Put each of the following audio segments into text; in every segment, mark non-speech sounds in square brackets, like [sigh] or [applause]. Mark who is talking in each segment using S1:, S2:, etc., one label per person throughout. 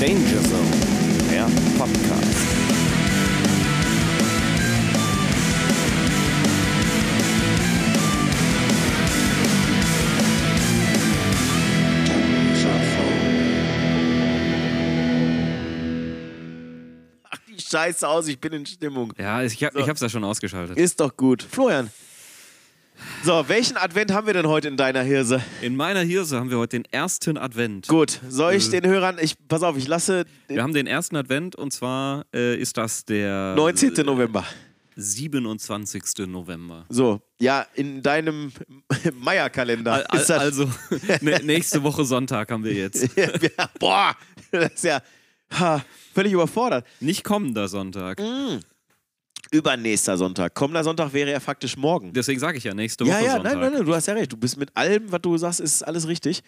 S1: Danger Zone, der Podcast. Ach, die Scheiße aus, ich bin in Stimmung.
S2: Ja, ich, hab, ich hab's ja schon ausgeschaltet.
S1: Ist doch gut. Florian. So, welchen Advent haben wir denn heute in deiner Hirse?
S2: In meiner Hirse haben wir heute den ersten Advent.
S1: Gut, soll ich den Hörern, ich pass auf, ich lasse den
S2: Wir haben den ersten Advent und zwar äh, ist das der
S1: 19. November.
S2: 27. November.
S1: So, ja, in deinem Maya-Kalender
S2: Al-
S1: ist das.
S2: also [laughs] nä- nächste Woche Sonntag haben
S1: [laughs]
S2: wir jetzt.
S1: ja, boah, das ist ja ha, völlig überfordert.
S2: Nicht kommender Sonntag.
S1: Mhm. Übernächster Sonntag. Kommender Sonntag wäre ja faktisch morgen.
S2: Deswegen sage ich ja nächste Woche
S1: Ja, ja,
S2: Sonntag.
S1: nein, nein, nein, du hast ja recht. Du bist mit allem, was du sagst, ist alles richtig.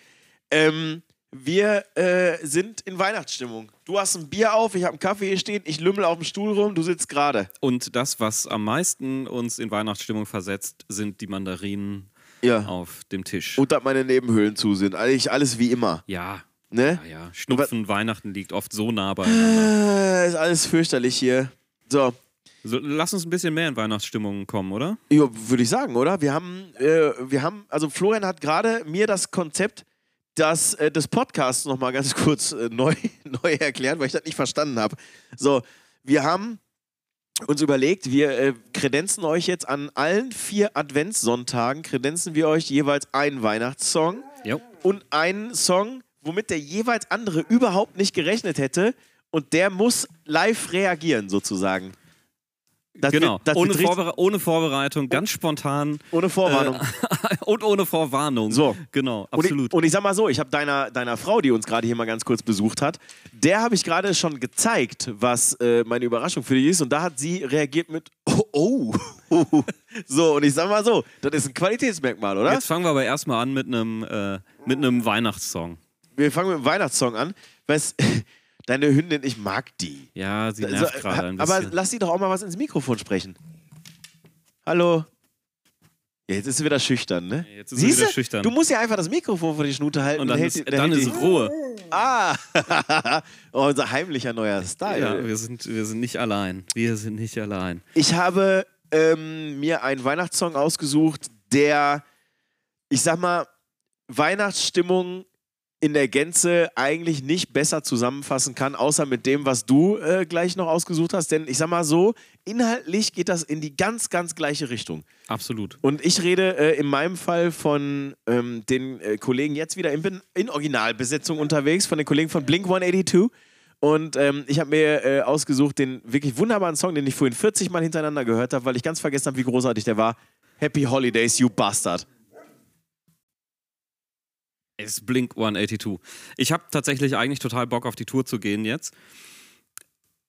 S1: Ähm, wir äh, sind in Weihnachtsstimmung. Du hast ein Bier auf, ich habe einen Kaffee hier stehen, ich lümmel auf dem Stuhl rum, du sitzt gerade.
S2: Und das, was am meisten uns in Weihnachtsstimmung versetzt, sind die Mandarinen
S1: Ja.
S2: auf dem Tisch.
S1: Und dass meine Nebenhöhlen zu sind. Eigentlich alles wie immer.
S2: ja,
S1: Ne?
S2: ja, ja. Schnupfen, Weihnachten liegt oft so
S1: [gasps]
S2: nah beieinander.
S1: Äh, ist alles fürchterlich hier. So,
S2: So, lass uns ein bisschen mehr in Weihnachtsstimmung kommen, oder?
S1: Ja, würde ich sagen, oder? Wir haben, äh, wir haben, also Florian hat gerade mir das Konzept das, äh, des Podcasts nochmal ganz [laughs] kurz äh, neu, neu erklärt, weil ich das nicht verstanden habe. So, wir haben uns überlegt, wir äh, kredenzen euch jetzt an allen vier Adventssonntagen, kredenzen wir euch jeweils einen Weihnachtssong
S2: Jo.
S1: und einen Song, womit der jeweils andere überhaupt nicht gerechnet hätte und der muss live reagieren sozusagen. Das
S2: genau.
S1: wird- das
S2: ohne,
S1: wird richtig-
S2: Vorbere ohne Vorbereitung, ganz spontan
S1: ohne
S2: Äh,
S1: Vorwarnung.
S2: [laughs] und ohne Vorwarnung.
S1: So.
S2: Genau,
S1: Und ich,
S2: absolut.
S1: und ich sag mal so, ich habe deiner, deiner Frau, die uns gerade hier mal ganz kurz besucht hat, der habe ich gerade schon gezeigt, was äh, meine Überraschung für die ist. Und da hat sie reagiert mit, [laughs] oh, oh. so, und ich sag mal so, das ist ein Qualitätsmerkmal, oder?
S2: Jetzt fangen wir aber erstmal an mit einem äh, mit einem Weihnachtssong.
S1: Wir fangen mit dem Weihnachtssong an. Weißt, [laughs] deine Hündin, ich mag die.
S2: Ja, sie
S1: So,
S2: nervt gerade ein
S1: aber
S2: bisschen.
S1: lass sie doch auch mal was ins Mikrofon sprechen. Hallo. Ja, jetzt ist sie wieder schüchtern, ne?
S2: jetzt ist sie
S1: Siehste?
S2: wieder schüchtern.
S1: Du musst ja einfach das Mikrofon vor die Schnute halten.
S2: und dann
S1: hält
S2: ist,
S1: die-
S2: dann
S1: hält
S2: ist
S1: die-
S2: Ruhe.
S1: Ah, [laughs] oh, unser heimlicher neuer Style.
S2: Ja, wir, sind, wir sind nicht allein. Wir sind nicht allein.
S1: Ich habe ähm, mir einen Weihnachtssong ausgesucht, der, ich sag mal, Weihnachtsstimmung in der Gänze eigentlich nicht besser zusammenfassen kann, außer mit dem, was du äh, gleich noch ausgesucht hast. Denn ich sag mal so, inhaltlich geht das in die ganz, ganz gleiche Richtung.
S2: Absolut.
S1: Und ich rede äh, in meinem Fall von ähm, den äh, Kollegen jetzt wieder in, Ben- in Originalbesetzung unterwegs, von den Kollegen von Blink 182. Und ähm, ich habe mir äh, ausgesucht den wirklich wunderbaren Song, den ich vorhin 40 Mal hintereinander gehört habe, weil ich ganz vergessen habe, wie großartig der war. Happy Holidays, you bastard.
S2: Es ist Blink 182. Ich habe tatsächlich eigentlich total Bock auf die Tour zu gehen jetzt.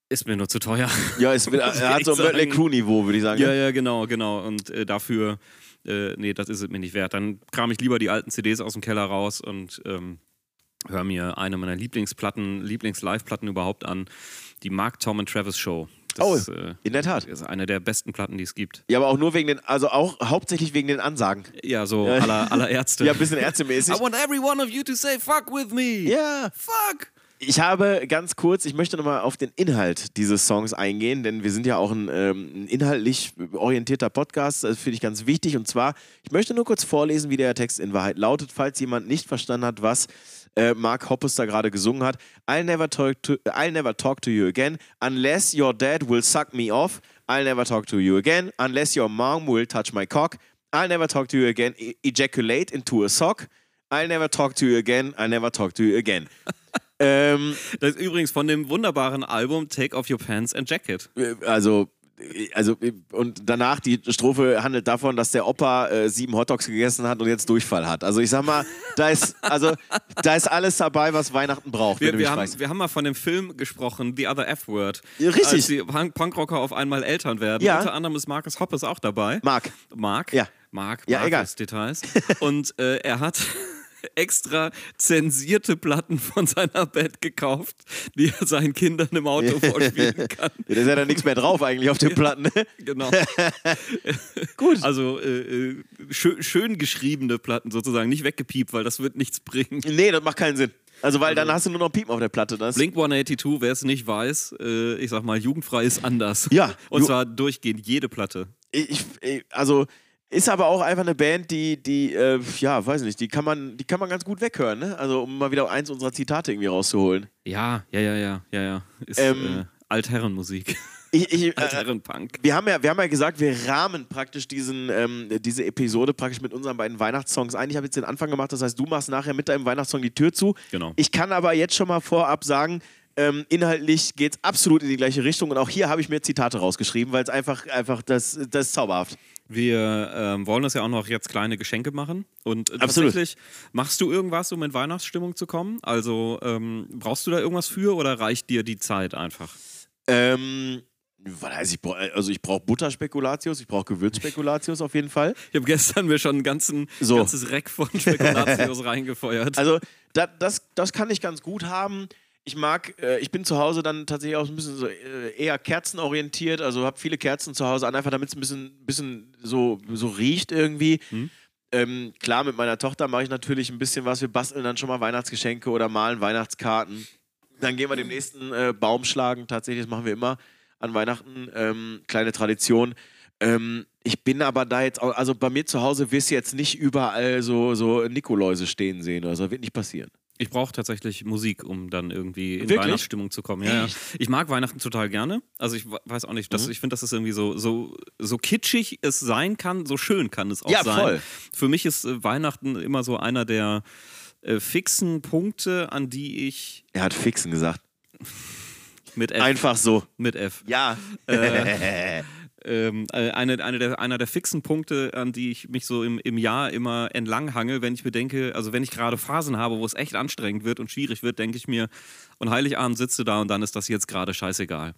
S2: Ist mir nur zu teuer.
S1: Ja, es wird, er
S2: Muss ich
S1: hat so ein
S2: [laughs] sagen.
S1: Mötley Crew-Niveau, würde ich sagen.
S2: Ja, ja, genau, genau. Und äh, dafür, äh, nee, das ist es mir nicht wert. Dann kram ich lieber die alten CDs aus dem Keller raus und ähm, höre mir eine meiner Lieblingsplatten, Lieblings-Live-Platten überhaupt an. Die Mark Tom and Travis Show. Das
S1: Oh.
S2: ist, äh,
S1: In der Tat.
S2: ist eine der besten Platten, die es gibt.
S1: Ja, aber auch nur wegen den, also auch hauptsächlich wegen den Ansagen.
S2: Ja, so aller, aller Ärzte.
S1: [laughs] Ja, ein
S2: [laughs]
S1: bisschen ärztemäßig.
S2: I want every one of you to say fuck with me.
S1: Ja.
S2: Fuck.
S1: Ich habe ganz kurz, ich möchte nochmal auf den Inhalt dieses Songs eingehen, denn wir sind ja auch ein, ähm, ein inhaltlich orientierter Podcast, das finde ich ganz wichtig. Und zwar, ich möchte nur kurz vorlesen, wie der Text in Wahrheit lautet, falls jemand nicht verstanden hat, was äh, Mark Hoppus da gerade gesungen hat. I'll never, talk to, I'll never talk to you again, unless your dad will suck me off. I'll never talk to you again, unless your mom will touch my cock. I'll never talk to you again, e ejaculate into a sock. I'll never talk to you again, I'll never talk to you again. ähm,
S2: Das ist übrigens von dem wunderbaren Album Take Off Your Pants and Jacket.
S1: Äh, also äh, also äh, und danach die Strophe handelt davon, dass der Opa äh, sieben Hotdogs gegessen hat und jetzt Durchfall hat. Also ich sag mal, da ist also da ist alles dabei, was Weihnachten braucht, wenn
S2: Wir,
S1: du mich
S2: wir, haben,
S1: fragst.
S2: wir haben mal von dem Film gesprochen, The Other F-Word.
S1: Ja, richtig.
S2: Als die Punk Punkrocker auf einmal Eltern werden.
S1: Ja.
S2: Unter anderem ist Marcus Hoppes auch dabei.
S1: Mark.
S2: Mark.
S1: Ja.
S2: Mark,
S1: Ja,
S2: Marcus,
S1: egal.
S2: Details. Und äh, er hat [laughs] extra zensierte Platten von seiner Band gekauft, die er seinen Kindern
S1: [laughs]
S2: im Auto vorspielen kann.
S1: Ja, da ist ja dann nichts mehr drauf eigentlich auf den Platten. ne?
S2: Genau.
S1: [laughs] Gut.
S2: Also äh, äh, schö schön geschriebene Platten sozusagen, nicht weggepiept, weil das wird nichts bringen.
S1: Nee, das macht keinen Sinn. Also, weil dann hast du nur noch Piepen auf der Platte. Das
S2: Blink 182, wer es nicht weiß, äh, ich sag mal, jugendfrei ist anders.
S1: Ja,
S2: Und
S1: ju-
S2: zwar durchgehend jede Platte.
S1: ich, ich, also ist aber auch einfach eine Band, die, die, äh, ja, weiß nicht, die kann man, die kann man ganz gut weghören, ne? Also um mal wieder eins unserer Zitate irgendwie rauszuholen.
S2: Ja, ja, ja, ja, ja, ja. Ist
S1: Ähm.
S2: äh, Altherrenmusik. [laughs]
S1: Ich, ich, äh,
S2: Altherrenpunk.
S1: wir haben ja, wir haben ja gesagt, wir rahmen praktisch diesen, ähm, diese Episode praktisch mit unseren beiden Weihnachtssongs ein. Ich habe jetzt den Anfang gemacht, das heißt, du machst nachher mit deinem Weihnachtssong die Tür zu.
S2: Genau.
S1: Ich kann aber jetzt schon mal vorab sagen, ähm, inhaltlich geht es absolut in die gleiche Richtung und auch hier habe ich mir Zitate rausgeschrieben, weil es einfach, einfach, das, das ist zauberhaft.
S2: Wir ähm, wollen uns ja auch noch jetzt kleine Geschenke machen. Und äh,
S1: Absolut.
S2: tatsächlich, machst du irgendwas, um in Weihnachtsstimmung zu kommen? Also ähm, brauchst du da irgendwas für oder reicht dir die Zeit einfach?
S1: Ähm, weiß ich, bra- also ich brauche Butterspekulatius, ich brauche Gewürzspekulatius auf jeden Fall.
S2: Ich habe gestern mir schon ein ganzen,
S1: So.
S2: ganzes Reck von
S1: [laughs]
S2: Spekulatius reingefeuert.
S1: Also da, das, das kann ich ganz gut haben. Ich mag, äh, ich bin zu Hause dann tatsächlich auch ein bisschen so äh, eher kerzenorientiert, also habe viele Kerzen zu Hause an, einfach damit es ein bisschen, bisschen so, so riecht irgendwie. Ähm, klar, mit meiner Tochter mache ich natürlich ein bisschen was. Wir basteln dann schon mal Weihnachtsgeschenke oder malen Weihnachtskarten. Dann gehen wir dem nächsten äh, Baum schlagen. Tatsächlich, das machen wir immer an Weihnachten. Ähm, kleine Tradition. Ähm, ich bin aber da jetzt, auch, also bei mir zu Hause wirst du jetzt nicht überall so, so Nikoläuse stehen sehen. Also das wird nicht passieren.
S2: Ich brauche tatsächlich Musik, um dann irgendwie in
S1: Wirklich?
S2: Weihnachtsstimmung zu kommen. Ja, ja. Ich mag Weihnachten total gerne. Also ich we- weiß auch nicht,
S1: Mhm.
S2: dass, ich finde, dass es irgendwie so, so, so kitschig es sein kann, so schön kann es auch
S1: Ja,
S2: sein.
S1: voll.
S2: Für mich ist äh, Weihnachten immer so einer der äh, fixen Punkte, an die ich
S1: Er hat Fixen gesagt.
S2: mit F,
S1: Einfach so. Äh,
S2: mit F
S1: Ja.
S2: ähm, äh, eine, eine der, einer der fixen Punkte, an die ich mich so im, im Jahr immer entlanghange, wenn ich mir denke, also wenn ich gerade Phasen habe, wo es echt anstrengend wird und schwierig wird, denke ich mir, und Heiligabend sitze da und dann ist das jetzt gerade scheißegal.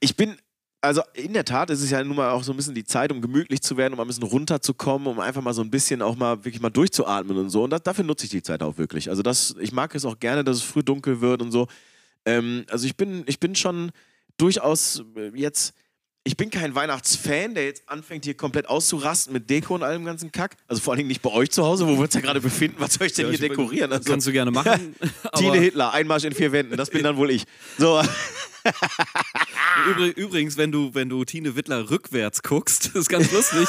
S1: ich bin, also in der Tat ist es ja nun mal auch so ein bisschen die Zeit, um gemütlich zu werden, um mal ein bisschen runterzukommen, um einfach mal so ein bisschen auch mal wirklich mal durchzuatmen und so. Und das, dafür nutze ich die Zeit auch wirklich. Also das, ich mag es auch gerne, dass es früh dunkel wird und so. Ähm, also ich bin, ich bin schon durchaus äh, jetzt. Ich bin kein Weihnachtsfan, der jetzt anfängt, hier komplett auszurasten mit Deko und allem ganzen Kack. Also vor allen Dingen nicht bei euch zu Hause, wo wir uns ja gerade befinden. Was soll ich denn
S2: Ja,
S1: hier
S2: ich-
S1: dekorieren? Also,
S2: Kannst du gerne [laughs] machen. aber
S1: Tine Hitler, Einmarsch in vier Wänden, das bin dann wohl ich. So.
S2: übri- übrigens, wenn du, wenn du Tine Wittler rückwärts guckst, [laughs] ist ganz lustig.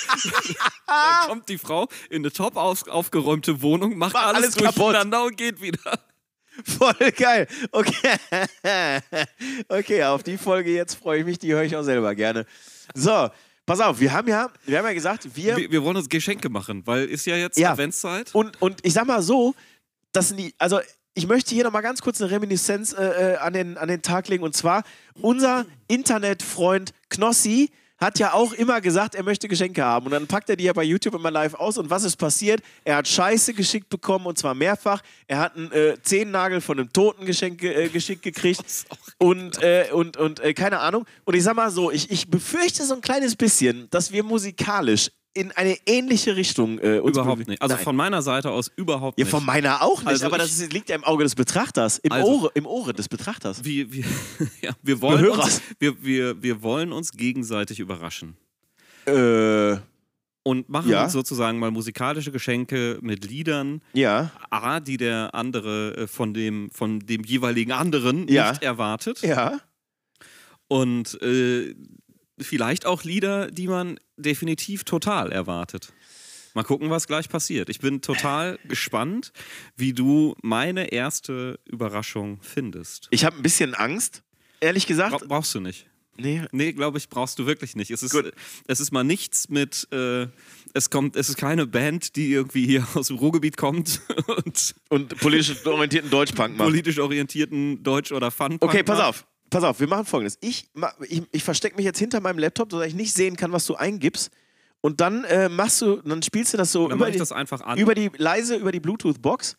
S1: [laughs]
S2: dann kommt die Frau in eine top auf, aufgeräumte Wohnung, macht
S1: Macht
S2: alles,
S1: alles kaputt.
S2: durcheinander und geht wieder.
S1: [laughs] Voll geil. Okay. [laughs] Okay, auf die Folge jetzt freue ich mich, die höre ich auch selber gerne. So, pass auf, wir haben ja, wir haben ja gesagt, wir
S2: Wir, wir wollen uns Geschenke machen, weil ist ja jetzt
S1: Ja.
S2: Adventszeit.
S1: und, und ich sag mal so, das sind die, also ich möchte hier nochmal ganz kurz eine Reminiszenz äh, äh, an, den, an den Tag legen. Und zwar, unser Internetfreund Knossi hat ja auch immer gesagt, er möchte Geschenke haben. Und dann packt er die ja bei YouTube immer live aus. Und was ist passiert? Er hat Scheiße geschickt bekommen und zwar mehrfach. Er hat einen äh, Zehennagel von einem Toten geschenk, äh, geschickt gekriegt.
S2: Oh,
S1: Und, äh, und, und äh, keine Ahnung. Und ich sag mal so, ich, ich befürchte so ein kleines bisschen, dass wir musikalisch in eine ähnliche Richtung äh, uns
S2: Überhaupt
S1: bewegen.
S2: nicht. Also
S1: Nein.
S2: von meiner Seite aus überhaupt
S1: Ja,
S2: nicht.
S1: von meiner auch nicht,
S2: Also
S1: aber das ist, liegt ja im Auge des Betrachters, im,
S2: Also-
S1: Ohre, im Ohre des Betrachters.
S2: wir, wir, [laughs] ja, wir, wollen
S1: Gehörers.
S2: uns, wir, wir, wir wollen uns gegenseitig überraschen.
S1: Äh,
S2: Und machen
S1: Ja.
S2: uns sozusagen mal musikalische Geschenke mit Liedern,
S1: ja.
S2: A, die der andere äh, von dem, von dem jeweiligen anderen
S1: Ja.
S2: nicht erwartet.
S1: Ja.
S2: Und äh, vielleicht auch Lieder, die man definitiv total erwartet. Mal gucken, was gleich passiert. Ich bin
S1: [laughs]
S2: total gespannt, wie du meine erste Überraschung findest.
S1: Ich habe ein bisschen Angst, ehrlich
S2: Bra
S1: gesagt.
S2: brauchst du nicht.
S1: Nee.
S2: Nee, glaube ich, brauchst du wirklich nicht. Es ist, äh,
S1: Gut.
S2: es ist mal nichts mit, äh, es kommt, es ist keine Band, die irgendwie hier aus dem Ruhrgebiet kommt [laughs] und
S1: Und politisch orientierten Deutschpunk machen.
S2: politisch orientierten Deutsch- oder fun
S1: Okay, pass auf. Pass auf, wir machen folgendes. Ich, ma- ich, ich verstecke mich jetzt hinter meinem Laptop, sodass ich nicht sehen kann, was du eingibst. Und dann äh, machst du, dann spielst du das so
S2: Dann
S1: über
S2: mache
S1: die,
S2: ich das einfach an.
S1: über die leise über die Bluetooth-Box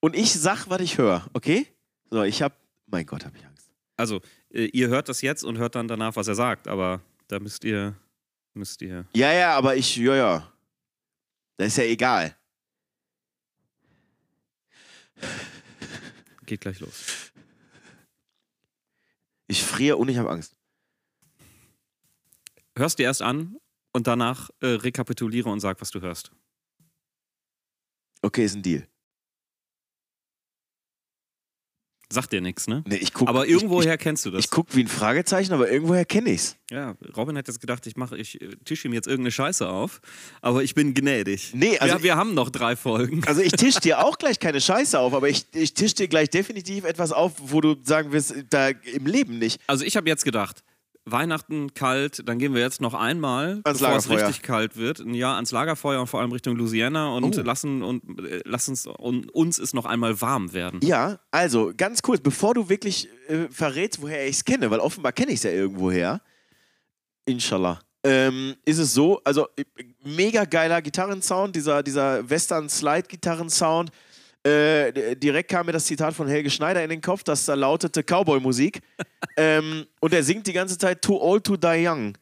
S1: und ich sag, was ich höre, okay? So, ich hab. Mein Gott, hab ich Angst.
S2: also, äh, ihr hört das jetzt und hört dann danach, was er sagt, aber da müsst ihr, müsst ihr.
S1: Ja, ja, aber ich, ja, ja. Das ist ja egal.
S2: Geht gleich los.
S1: Ich friere und ich habe Angst.
S2: Hörst dir erst an und danach äh, rekapituliere und sag, was du hörst.
S1: Okay, ist ein Deal.
S2: Sagt dir nichts, ne?
S1: Nee, ich guck,
S2: Aber
S1: ich-
S2: irgendwoher kennst du das.
S1: Ich, ich guck wie ein Fragezeichen, aber irgendwoher kenne ich's.
S2: ja, Robin hat jetzt gedacht, ich mache, ich äh, tische ihm jetzt irgendeine Scheiße auf, aber ich bin gnädig.
S1: Nee, also-
S2: wir, wir haben noch drei Folgen.
S1: Also ich tisch dir auch gleich keine Scheiße auf, aber ich, ich tisch dir gleich definitiv etwas auf, wo du sagen wirst, da im Leben nicht.
S2: Also ich habe jetzt gedacht, Weihnachten kalt, dann gehen wir jetzt noch einmal,
S1: Ans
S2: bevor es
S1: Lagerfeuer.
S2: richtig kalt wird, ein Jahr ans Lagerfeuer und vor allem Richtung Louisiana und
S1: Oh.
S2: lassen und äh, lassen es und uns es noch einmal warm werden.
S1: Ja, also ganz kurz, bevor du wirklich äh, verrätst, woher ich es kenne, weil offenbar kenne ich es ja irgendwoher. Inshallah. Ähm, ist es so, also äh, mega geiler Gitarrensound, dieser, dieser Western-Slide-Gitarrensound. Äh, d- direkt kam mir das Zitat von Helge Schneider in den Kopf, das da lautete Cowboy-Musik. ähm, und er singt die ganze Zeit Too Old to Die Young,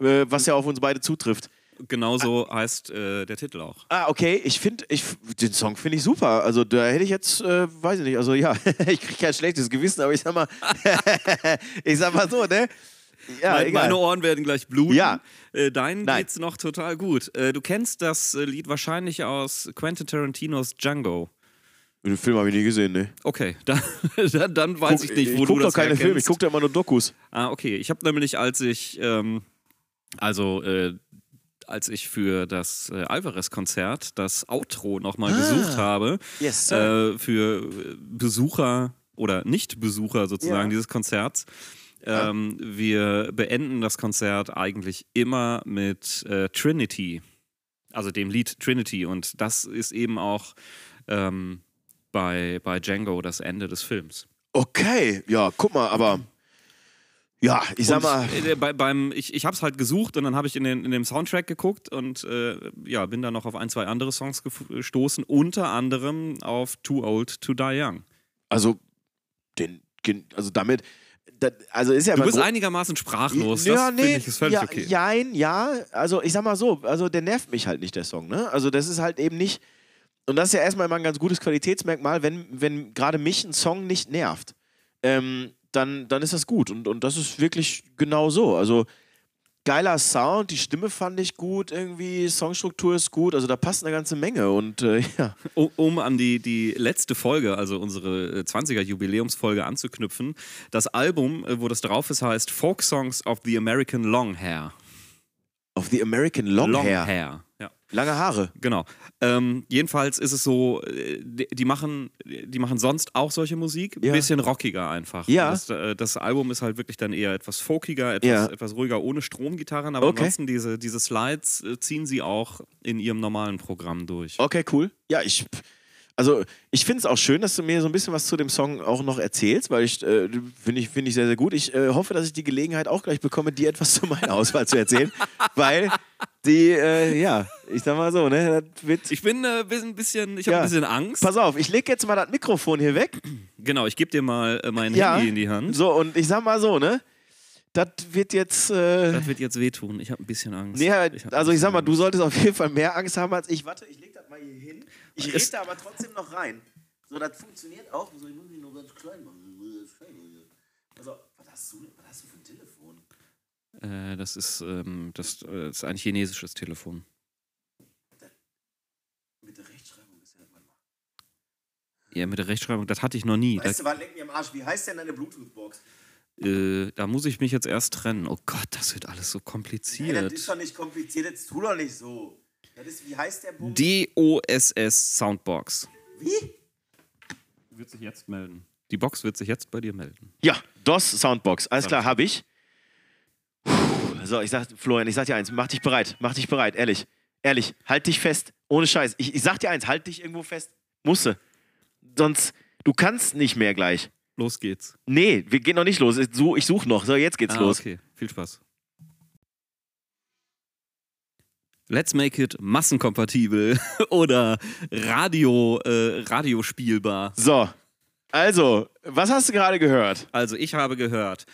S1: äh, was ja auf uns beide zutrifft.
S2: Genauso heißt äh, der Titel auch.
S1: Ah, okay, ich finde, ich, f- den Song finde ich super. Also da hätte ich jetzt, äh, weiß ich nicht, also ja, [laughs] ich kriege kein schlechtes Gewissen, aber ich sag mal, [laughs] ich sag mal so, ne? Ja,
S2: Mein,
S1: egal.
S2: meine Ohren werden gleich bluten.
S1: Ja.
S2: Äh, deinen
S1: Nein.
S2: geht's noch total gut. Äh, du kennst das äh, Lied wahrscheinlich aus Quentin Tarantinos Django.
S1: Den Film habe ich nie gesehen, ne?
S2: Okay, [laughs] dann, dann, dann weiß ich nicht, wo
S1: ich
S2: du
S1: guck
S2: das
S1: doch keine
S2: herkennst.
S1: Filme, ich gucke da immer nur Dokus.
S2: Ah, okay. Ich habe nämlich, als ich, ähm, also äh, als ich für das äh, Alvarez-Konzert das Outro nochmal
S1: Ah.
S2: gesucht habe,
S1: Yes,
S2: äh, für äh, Besucher oder Nicht-Besucher
S1: Ja.
S2: sozusagen dieses Konzerts. Ähm, Wir beenden das Konzert eigentlich immer mit äh, Trinity, also dem Lied Trinity. Und das ist eben auch ähm, bei, bei Django das Ende des Films.
S1: Okay, ja, guck mal, aber ja, ich sag
S2: Und,
S1: mal,
S2: äh, bei, beim, ich ich habe es halt gesucht und dann habe ich in, den, in dem Soundtrack geguckt und äh, ja, bin dann noch auf ein, zwei andere Songs gef- gestoßen, unter anderem auf Too Old to Die Young.
S1: also den, also damit, da, also ist ja
S2: Du
S1: mein
S2: bist
S1: Gro-
S2: einigermaßen sprachlos. Das
S1: ja, nee,
S2: finde ich ist völlig
S1: ja,
S2: okay.
S1: Jein, ja, also ich sag mal so, also der nervt mich halt nicht, der Song, ne? Also das ist halt eben nicht, und das ist ja erstmal immer ein ganz gutes Qualitätsmerkmal, wenn, wenn gerade mich ein Song nicht nervt, ähm, dann, dann ist das gut und, und das ist wirklich genau so, also geiler Sound, die Stimme fand ich gut irgendwie, Songstruktur ist gut, also da passt eine ganze Menge und äh, [laughs] ja.
S2: Um, um an die, die letzte Folge, also unsere äh, 20er-Jubiläumsfolge anzuknüpfen, das Album, äh, wo das drauf ist, heißt Folk Songs of the American Longhair.
S1: Auf The American Long, Hair.
S2: Longhair. Ja.
S1: Lange Haare.
S2: Genau. Ähm, jedenfalls ist es so, äh, die, die machen, die machen sonst auch solche Musik, ein
S1: Ja.
S2: bisschen rockiger einfach.
S1: Ja.
S2: Das, äh, das Album ist halt wirklich dann eher etwas folkiger, etwas,
S1: Ja.
S2: etwas ruhiger, ohne Stromgitarren, aber
S1: Okay.
S2: ansonsten diese, diese Slides äh, ziehen sie auch in ihrem normalen Programm durch.
S1: Okay, cool. Ja, ich. Also, ich finde es auch schön, dass du mir so ein bisschen was zu dem Song auch noch erzählst, weil ich äh, finde ich, finde ich sehr, sehr gut. Ich äh, hoffe, dass ich die Gelegenheit auch gleich bekomme, dir etwas zu meiner Auswahl zu erzählen, weil die, äh, ja, ich sag mal so, ne, das wird.
S2: Ich bin äh, bin ein bisschen, ich habe
S1: Ja.
S2: ein bisschen Angst.
S1: Pass auf, ich lege jetzt mal das Mikrofon hier weg.
S2: Genau, ich gebe dir mal äh, mein
S1: Ja.
S2: Handy in die Hand.
S1: So, und ich sag mal so, ne, das wird jetzt. Äh,
S2: Das wird jetzt wehtun. Ich habe ein bisschen Angst.
S1: nee,
S2: hab
S1: also,
S2: ein
S1: ich sag mal,
S2: bisschen
S1: du solltest auf jeden Fall mehr Angst haben als ich. Warte, ich leg das mal hier hin. Ich rede
S2: Es-
S1: da aber trotzdem noch rein. So, das funktioniert auch. So, ich muss mich nur ganz klein machen. Also, was hast du, was hast du für ein Telefon?
S2: Angst. Äh, das, ist, ähm, das äh, ist ein chinesisches Telefon.
S1: Mit der Rechtschreibung ist ja manchmal.
S2: Ja, mit der Rechtschreibung, das hatte ich noch nie. Da
S1: Weißt du, was leck mir am Arsch? Wie heißt denn deine Bluetooth-Box?
S2: äh, da muss ich mich jetzt erst trennen. Oh Gott, das wird alles so
S1: Ey, das ist
S2: kompliziert.
S1: doch nicht kompliziert. Jetzt tu doch nicht so. Das ist, wie heißt der Bumm?
S2: DOSS Soundbox.
S1: Wie?
S2: Wird sich jetzt melden. Die Box wird sich jetzt bei dir melden.
S1: Ja, DOS Soundbox. Alles klar, habe ich. Puh, so, ich sag, Florian, ich sag dir eins, mach dich bereit, mach dich bereit, ehrlich. Ehrlich, halt dich fest. Ohne Scheiß. Ich, ich sag dir eins, halt dich irgendwo fest. Musse. Sonst, du kannst nicht mehr gleich.
S2: Los geht's.
S1: Nee, wir gehen noch nicht los. Ich such, ich such noch. So, jetzt geht's
S2: Ah,
S1: los.
S2: Okay, viel Spaß. Let's make it massenkompatibel [laughs] oder Radio, äh, radiospielbar.
S1: So. Also, was hast du gerade gehört?
S2: Also, ich habe gehört.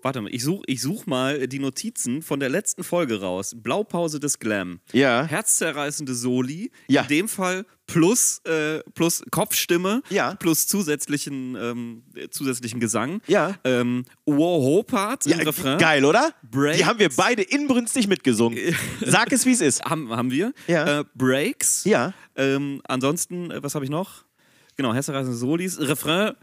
S2: Warte mal, ich suche ich such mal die Notizen von der letzten Folge raus. Blaupause des Glam.
S1: Ja.
S2: herzzerreißende Soli,
S1: Ja.
S2: in dem Fall plus, äh, plus Kopfstimme,
S1: Ja.
S2: plus zusätzlichen, ähm, äh, zusätzlichen Gesang.
S1: Ja.
S2: Ähm, Wow-Ho-Parts im Refrain.
S1: geil, oder?
S2: Breaks.
S1: Die haben wir beide inbrünstig
S2: [laughs]
S1: mitgesungen. Sag es, wie es ist.
S2: Haben, haben wir.
S1: Ja.
S2: Äh, Breaks.
S1: Ja.
S2: Ähm, ansonsten, äh, was habe ich noch? Genau, herzzerreißende Solis. Refrain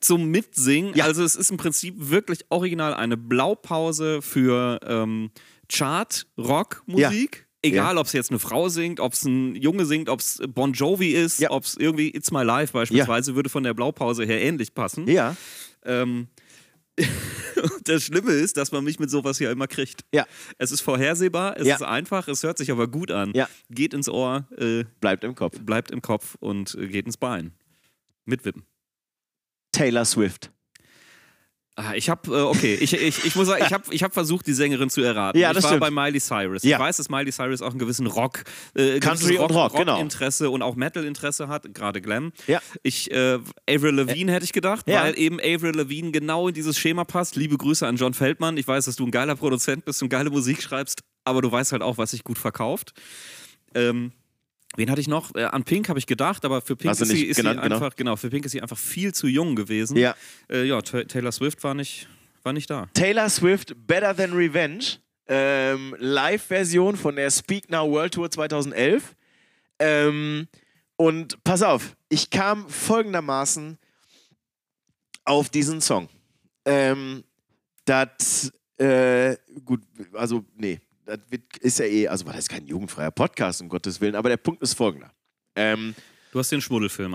S2: zum Mitsingen. Also es ist im Prinzip wirklich original eine Blaupause für ähm, Chart-Rock-Musik. Egal, ob es jetzt eine Frau singt, ob es ein Junge singt, ob es Bon Jovi ist,
S1: Ja.
S2: ob es irgendwie It's My Life beispielsweise, würde von der Blaupause her ähnlich passen.
S1: Ja.
S2: Ähm, [laughs] und das Schlimme ist, dass man mich mit sowas ja immer kriegt.
S1: Ja.
S2: Es ist vorhersehbar, es
S1: Ja.
S2: ist einfach, es hört sich aber gut an.
S1: Ja.
S2: Geht ins Ohr, äh,
S1: Bleibt im Kopf.
S2: bleibt im Kopf und äh, geht ins Bein. Mit Wippen.
S1: Taylor Swift.
S2: Ah, Ich habe, äh, okay, ich, ich, ich muss sagen, ich habe ich hab versucht, die Sängerin zu erraten.
S1: Ja,
S2: ich
S1: das
S2: war
S1: stimmt.
S2: bei Miley Cyrus.
S1: Ja.
S2: Ich weiß, dass Miley Cyrus auch einen gewissen Rock, äh,
S1: Country
S2: gewisses
S1: und Rock, genau.
S2: Interesse und auch Metal Interesse hat, gerade Glam.
S1: Ja.
S2: Ich, äh, Avril Lavigne hätte ich gedacht,
S1: Ja.
S2: weil eben Avril Lavigne genau in dieses Schema passt. Liebe Grüße an John Feldmann. Ich weiß, dass du ein geiler Produzent bist und geile Musik schreibst, aber du weißt halt auch, was sich gut verkauft. Ähm, Wen hatte ich noch? Äh, an Pink habe ich gedacht, aber für Pink
S1: Hast du
S2: ist, sie,
S1: nicht
S2: ist
S1: genannt,
S2: sie
S1: genau.
S2: einfach, genau. für Pink ist sie einfach viel zu jung gewesen.
S1: Ja.
S2: Äh, ja, Ta- Taylor Swift war nicht, war nicht da.
S1: Taylor Swift Better Than Revenge. Ähm, Live-Version von der Speak Now World Tour 2011. Ähm, und pass auf, ich kam folgendermaßen auf diesen Song. Ähm, das, äh, gut, also, nee, das wird- ist ja eh, also war das kein jugendfreier Podcast, um Gottes Willen, aber der Punkt ist folgender. Ähm,
S2: Du hast den Schmuddelfilm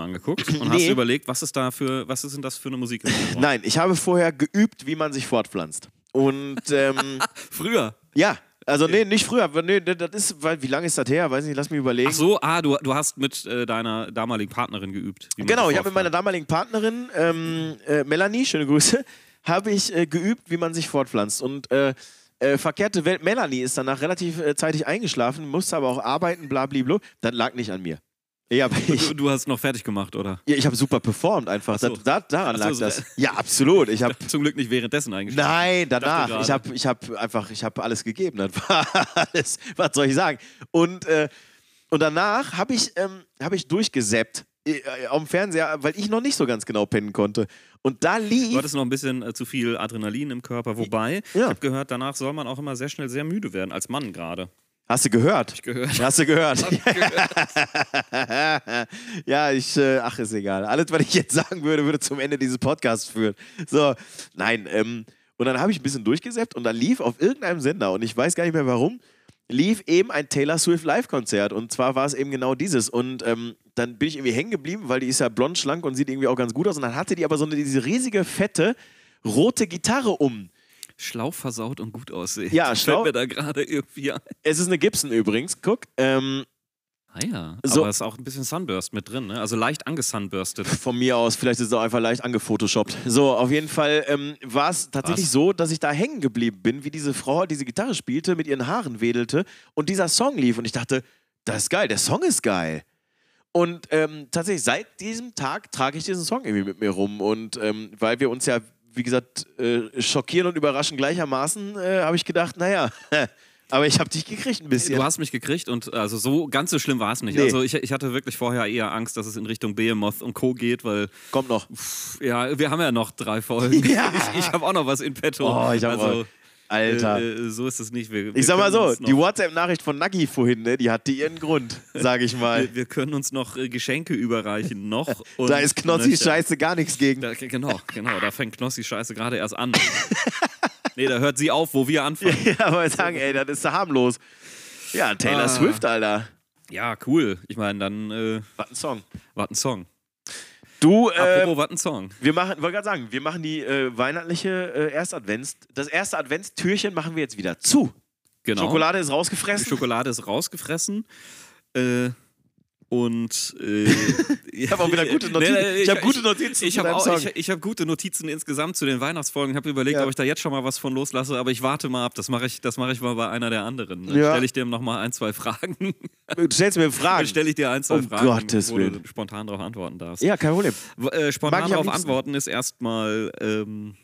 S1: [clears throat]
S2: angeguckt und
S1: Nee.
S2: hast dir überlegt, was ist da für, was ist denn das für eine Musik?
S1: [laughs] nein, ich habe vorher geübt, wie man sich fortpflanzt. Und, ähm,
S2: Früher.
S1: Ja, also
S2: Äh.
S1: nee, nicht früher, aber nee, nee, das ist, weil, wie lange ist das her? Weiß nicht, lass mich überlegen.
S2: Ach so, ah, du, du hast mit äh, deiner damaligen Partnerin geübt. wie man
S1: genau,
S2: sich
S1: ich habe mit meiner
S2: vorfragt.
S1: damaligen Partnerin, ähm, äh, Melanie, schöne Grüße, [laughs] habe ich äh, geübt, wie man sich fortpflanzt. Und äh, äh, verkehrte Welt, Melanie ist danach relativ äh, zeitig eingeschlafen, musste aber auch arbeiten, blablabla. Das lag nicht an mir. Ja, aber ich,
S2: [laughs] Du, du hast noch fertig gemacht, oder?
S1: ja, ich habe super performt einfach.
S2: so.
S1: Da, da, daran
S2: Ach so,
S1: lag
S2: so-
S1: das. Ja, absolut. Ich habe
S2: Zum Glück nicht währenddessen eingeschlafen.
S1: Nein,
S2: Dachte
S1: danach.
S2: gerade.
S1: Ich habe ich hab einfach, ich habe alles gegeben. Das war [laughs] alles, was soll ich sagen? Und, äh, und danach habe ich, ähm, hab ich durchgesäppt äh, auf dem Fernseher, weil ich noch nicht so ganz genau pennen konnte. Und da
S2: Du
S1: lief.
S2: hattest noch ein bisschen äh, zu viel Adrenalin im Körper, wobei, ich
S1: Ja.
S2: habe gehört, danach soll man auch immer sehr schnell sehr müde werden, als Mann gerade.
S1: Hast du gehört?
S2: gehört.
S1: Hast du gehört? [laughs] ja, ich, äh, ach, ist egal. Alles, was ich jetzt sagen würde, würde zum Ende dieses Podcasts führen. So, nein, ähm, und dann habe ich ein bisschen durchgesäppt und dann lief auf irgendeinem Sender, und ich weiß gar nicht mehr warum, lief eben ein Taylor Swift Live-Konzert. Und zwar war es eben genau dieses. Und ähm, dann bin ich irgendwie hängen geblieben, weil die ist ja blond, schlank und sieht irgendwie auch ganz gut aus. Und dann hatte die aber so eine, diese riesige, fette, rote Gitarre um.
S2: Schlau versaut und gut aussehen.
S1: Ja, schlau-
S2: [laughs] Fällt mir da gerade irgendwie ein.
S1: Es ist eine Gibson übrigens, guck. Ähm,
S2: Ah ja,
S1: So.
S2: aber ist auch ein bisschen Sunburst mit drin, ne? Also leicht angesunburstet.
S1: Von mir aus, vielleicht ist es auch einfach leicht angefotoshoppt. So, auf jeden Fall ähm, war es tatsächlich
S2: Was?
S1: so, dass ich da hängen geblieben bin, wie diese Frau diese Gitarre spielte, mit ihren Haaren wedelte und dieser Song lief. Und ich dachte, das ist geil, der Song ist geil. Und ähm, tatsächlich, seit diesem Tag trage ich diesen Song irgendwie mit mir rum. Und ähm, weil wir uns ja, wie gesagt, äh, schockieren und überraschen gleichermaßen, äh, habe ich gedacht, naja, [laughs] aber ich habe dich gekriegt ein bisschen.
S2: Du hast mich gekriegt und also so ganz so schlimm war es nicht.
S1: Nee.
S2: Also ich, ich hatte wirklich vorher eher Angst, dass es in Richtung Behemoth und Co. geht, weil
S1: Kommt noch.
S2: pff, ja, wir haben ja noch drei Folgen.
S1: Ja.
S2: Ich, ich habe auch noch was in petto.
S1: Oh, ich hab
S2: also,
S1: auch- Alter.
S2: Äh, äh, so ist es nicht. Wir, wir
S1: ich sag mal
S2: können
S1: so,
S2: uns noch,
S1: die WhatsApp-Nachricht von Nagi vorhin, ne, die hatte ihren Grund, sage ich
S2: [laughs]
S1: mal.
S2: wir, wir können uns noch äh, Geschenke überreichen noch. und
S1: [laughs] Da ist Knossi
S2: nöcher.
S1: scheiße gar nichts gegen.
S2: Da, genau, genau. Da fängt Knossi Scheiße gerade erst an. nee, da hört sie auf, wo wir anfangen.
S1: [laughs] [laughs] Ja, aber sagen, ey, das ist so harmlos. Ja, Taylor
S2: Ah.
S1: Swift, Alter.
S2: Ja, cool. Ich meine, dann äh,
S1: Was ein Song.
S2: wart ein Song.
S1: Du, äh,
S2: Apropos, wart ein Song.
S1: wir machen, wollte gerade sagen, wir machen die äh, weihnachtliche äh, Erstadvents, das erste Adventstürchen machen wir jetzt wieder zu.
S2: Genau.
S1: Schokolade ist rausgefressen.
S2: Die Schokolade ist rausgefressen. Äh, und
S1: [laughs]
S2: äh, ich
S1: habe auch wieder gute Notizen. Ich habe gute Notizen
S2: Ich,
S1: zu
S2: ich habe
S1: deinem
S2: auch-
S1: Song.
S2: ich, ich hab gute Notizen insgesamt zu den Weihnachtsfolgen. Ich habe überlegt,
S1: Ja.
S2: ob ich da jetzt schon mal was von loslasse, aber ich warte mal ab. Das mache ich, das mache ich mal bei einer der anderen. Dann
S1: Ja.
S2: stelle ich dir noch mal ein, zwei Fragen.
S1: du stellst mir
S2: Dann [laughs]
S1: Fragen.
S2: stelle ich dir ein, zwei
S1: Um
S2: Fragen,
S1: Gottes
S2: wo
S1: Willen.
S2: du spontan darauf antworten darfst.
S1: ja, kein Problem.
S2: W- Äh,
S1: Mag
S2: spontan
S1: ich am
S2: darauf
S1: liebsten.
S2: antworten ist erstmal ähm,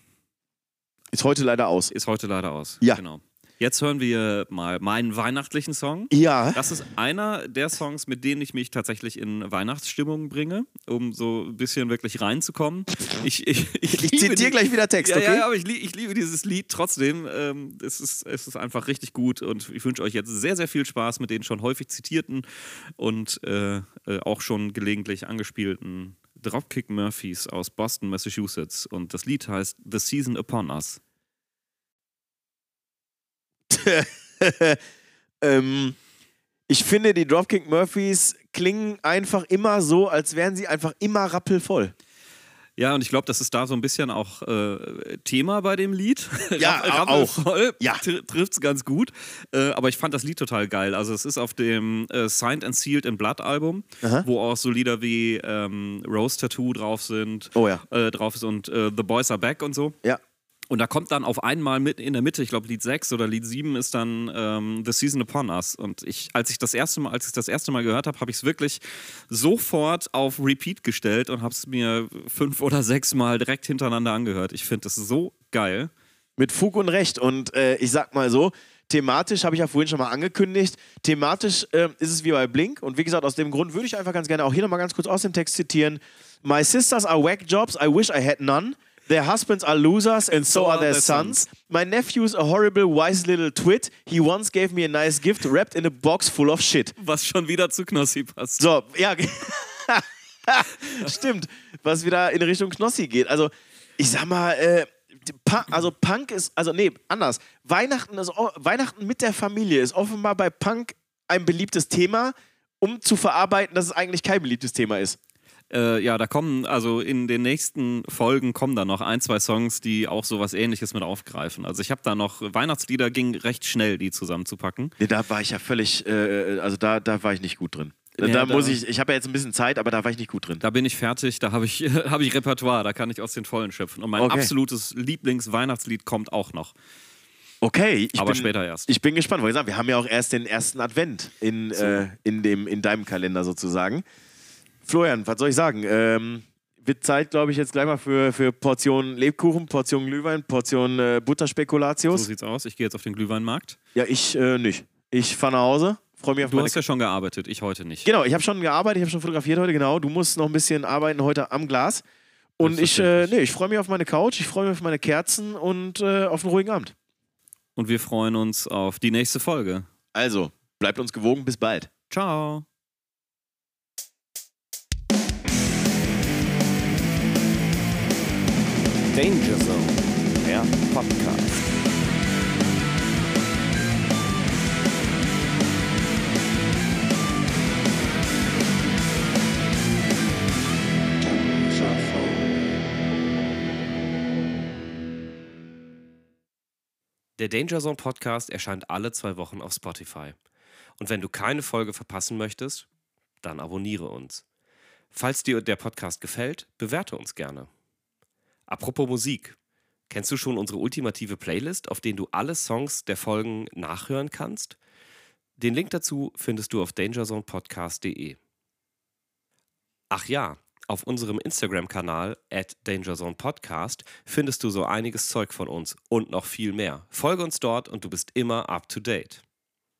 S1: Ist heute leider aus.
S2: ist heute leider aus.
S1: Ja.
S2: Genau. Jetzt hören wir mal meinen weihnachtlichen Song.
S1: Ja.
S2: Das ist einer der Songs, mit denen ich mich tatsächlich in Weihnachtsstimmung bringe, um so ein bisschen wirklich reinzukommen. Ich, ich, ich,
S1: Ich
S2: liebe
S1: zitiere
S2: die-
S1: gleich wieder Text,
S2: ja,
S1: okay?
S2: ja, ja, aber ich, lie- ich liebe dieses Lied trotzdem. Ähm, es, ist, es ist einfach richtig gut und ich wünsche euch jetzt sehr, sehr viel Spaß mit den schon häufig zitierten und äh, äh, auch schon gelegentlich angespielten Dropkick Murphys aus Boston, Massachusetts. Und das Lied heißt The Season Upon Us.
S1: ähm, ich finde, die Dropkick Murphys klingen einfach immer so, als wären sie einfach immer rappelvoll.
S2: Ja, und ich glaube, das ist da so ein bisschen auch äh, Thema bei dem Lied. [laughs]
S1: Ja,
S2: Rapp-
S1: auch.
S2: rappelvoll
S1: Ja.
S2: tr trifft's ganz gut. Äh, aber ich fand das Lied total geil. Also es ist auf dem äh, Signed and Sealed in Blood Album,
S1: Aha.
S2: wo auch so Lieder wie ähm, Rose Tattoo drauf sind,
S1: Oh ja.
S2: äh, drauf ist und äh, The Boys Are Back und so.
S1: Ja.
S2: Und da kommt dann auf einmal mit in der Mitte, ich glaube Lied 6 oder Lied 7 ist dann ähm, The Season Upon Us. Und ich, als ich das erste Mal, als ich das erste Mal gehört habe, habe ich es wirklich sofort auf Repeat gestellt und habe es mir fünf oder sechs Mal direkt hintereinander angehört. Ich finde das so geil.
S1: Mit Fug und Recht. Und äh, ich sag mal so, thematisch habe ich ja vorhin schon mal angekündigt. Thematisch ähm, ist es wie bei Blink. Und wie gesagt, aus dem Grund würde ich einfach ganz gerne auch hier nochmal ganz kurz aus dem Text zitieren. My sisters are whack jobs, I wish I had none. Their husbands are losers and so are their sons. My nephew's a horrible wise little twit. He once gave me a nice gift wrapped in a box full of shit.
S2: Was schon wieder zu Knossi passt.
S1: So, ja. [laughs] Stimmt, was wieder in Richtung Knossi geht. Also, ich sag mal, äh, die Pu- also Punk ist, also nee, anders. Weihnachten, ist, o- Weihnachten mit der Familie ist offenbar bei Punk ein beliebtes Thema, um zu verarbeiten, dass es eigentlich kein beliebtes Thema ist.
S2: Äh, ja, da kommen, also in den nächsten Folgen kommen da noch ein, zwei Songs, die auch sowas ähnliches mit aufgreifen. Also ich habe da noch, Weihnachtslieder ging recht schnell, die zusammenzupacken.
S1: Nee, da war ich ja völlig, äh, also da, da war ich nicht gut drin.
S2: Ja,
S1: da
S2: da-
S1: muss ich, ich habe ja jetzt ein bisschen Zeit, aber da war ich nicht gut drin.
S2: Da bin ich fertig, da habe ich, [laughs] hab ich Repertoire, da kann ich aus den Vollen schöpfen. Und mein
S1: Okay.
S2: absolutes Lieblingsweihnachtslied kommt auch noch.
S1: Okay, ich
S2: Aber
S1: bin,
S2: später erst.
S1: Ich bin gespannt, weil gesagt, wir haben ja auch erst den ersten Advent in, äh, in, dem, in deinem Kalender sozusagen. Florian, was soll ich sagen? Ähm, wird Zeit, glaube ich, jetzt gleich mal für, für Portionen Lebkuchen, Portionen Glühwein, Portionen äh,
S2: So
S1: Butterspekulatius.
S2: sieht's aus. Ich gehe jetzt auf den Glühweinmarkt.
S1: ja, ich äh, nicht. Ich fahre nach Hause, freue mich auf
S2: Du
S1: meine...
S2: hast ja schon gearbeitet, ich heute nicht.
S1: Genau, ich habe schon gearbeitet, ich habe schon fotografiert heute, genau. Du musst noch ein bisschen arbeiten heute am Glas. Und ich, äh,
S2: Selbstverständlich.
S1: nee, ich freue mich auf meine Couch, ich freue mich auf meine Kerzen und äh, auf einen ruhigen Abend.
S2: Und wir freuen uns auf die nächste Folge.
S1: Also, bleibt uns gewogen, bis bald.
S2: Ciao.
S3: Danger Zone, der Podcast.
S4: Der Danger Zone Podcast erscheint alle zwei Wochen auf Spotify. Und wenn du keine Folge verpassen möchtest, dann abonniere uns. Falls dir der Podcast gefällt, bewerte uns gerne. Apropos Musik. Kennst du schon unsere ultimative Playlist, auf denen du alle Songs der Folgen nachhören kannst? Den Link dazu findest du auf dangerzonepodcast.de. Ach ja, auf unserem Instagram-Kanal at dangerzonepodcast findest du so einiges Zeug von uns und noch viel mehr. Folge uns dort und du bist immer up to date.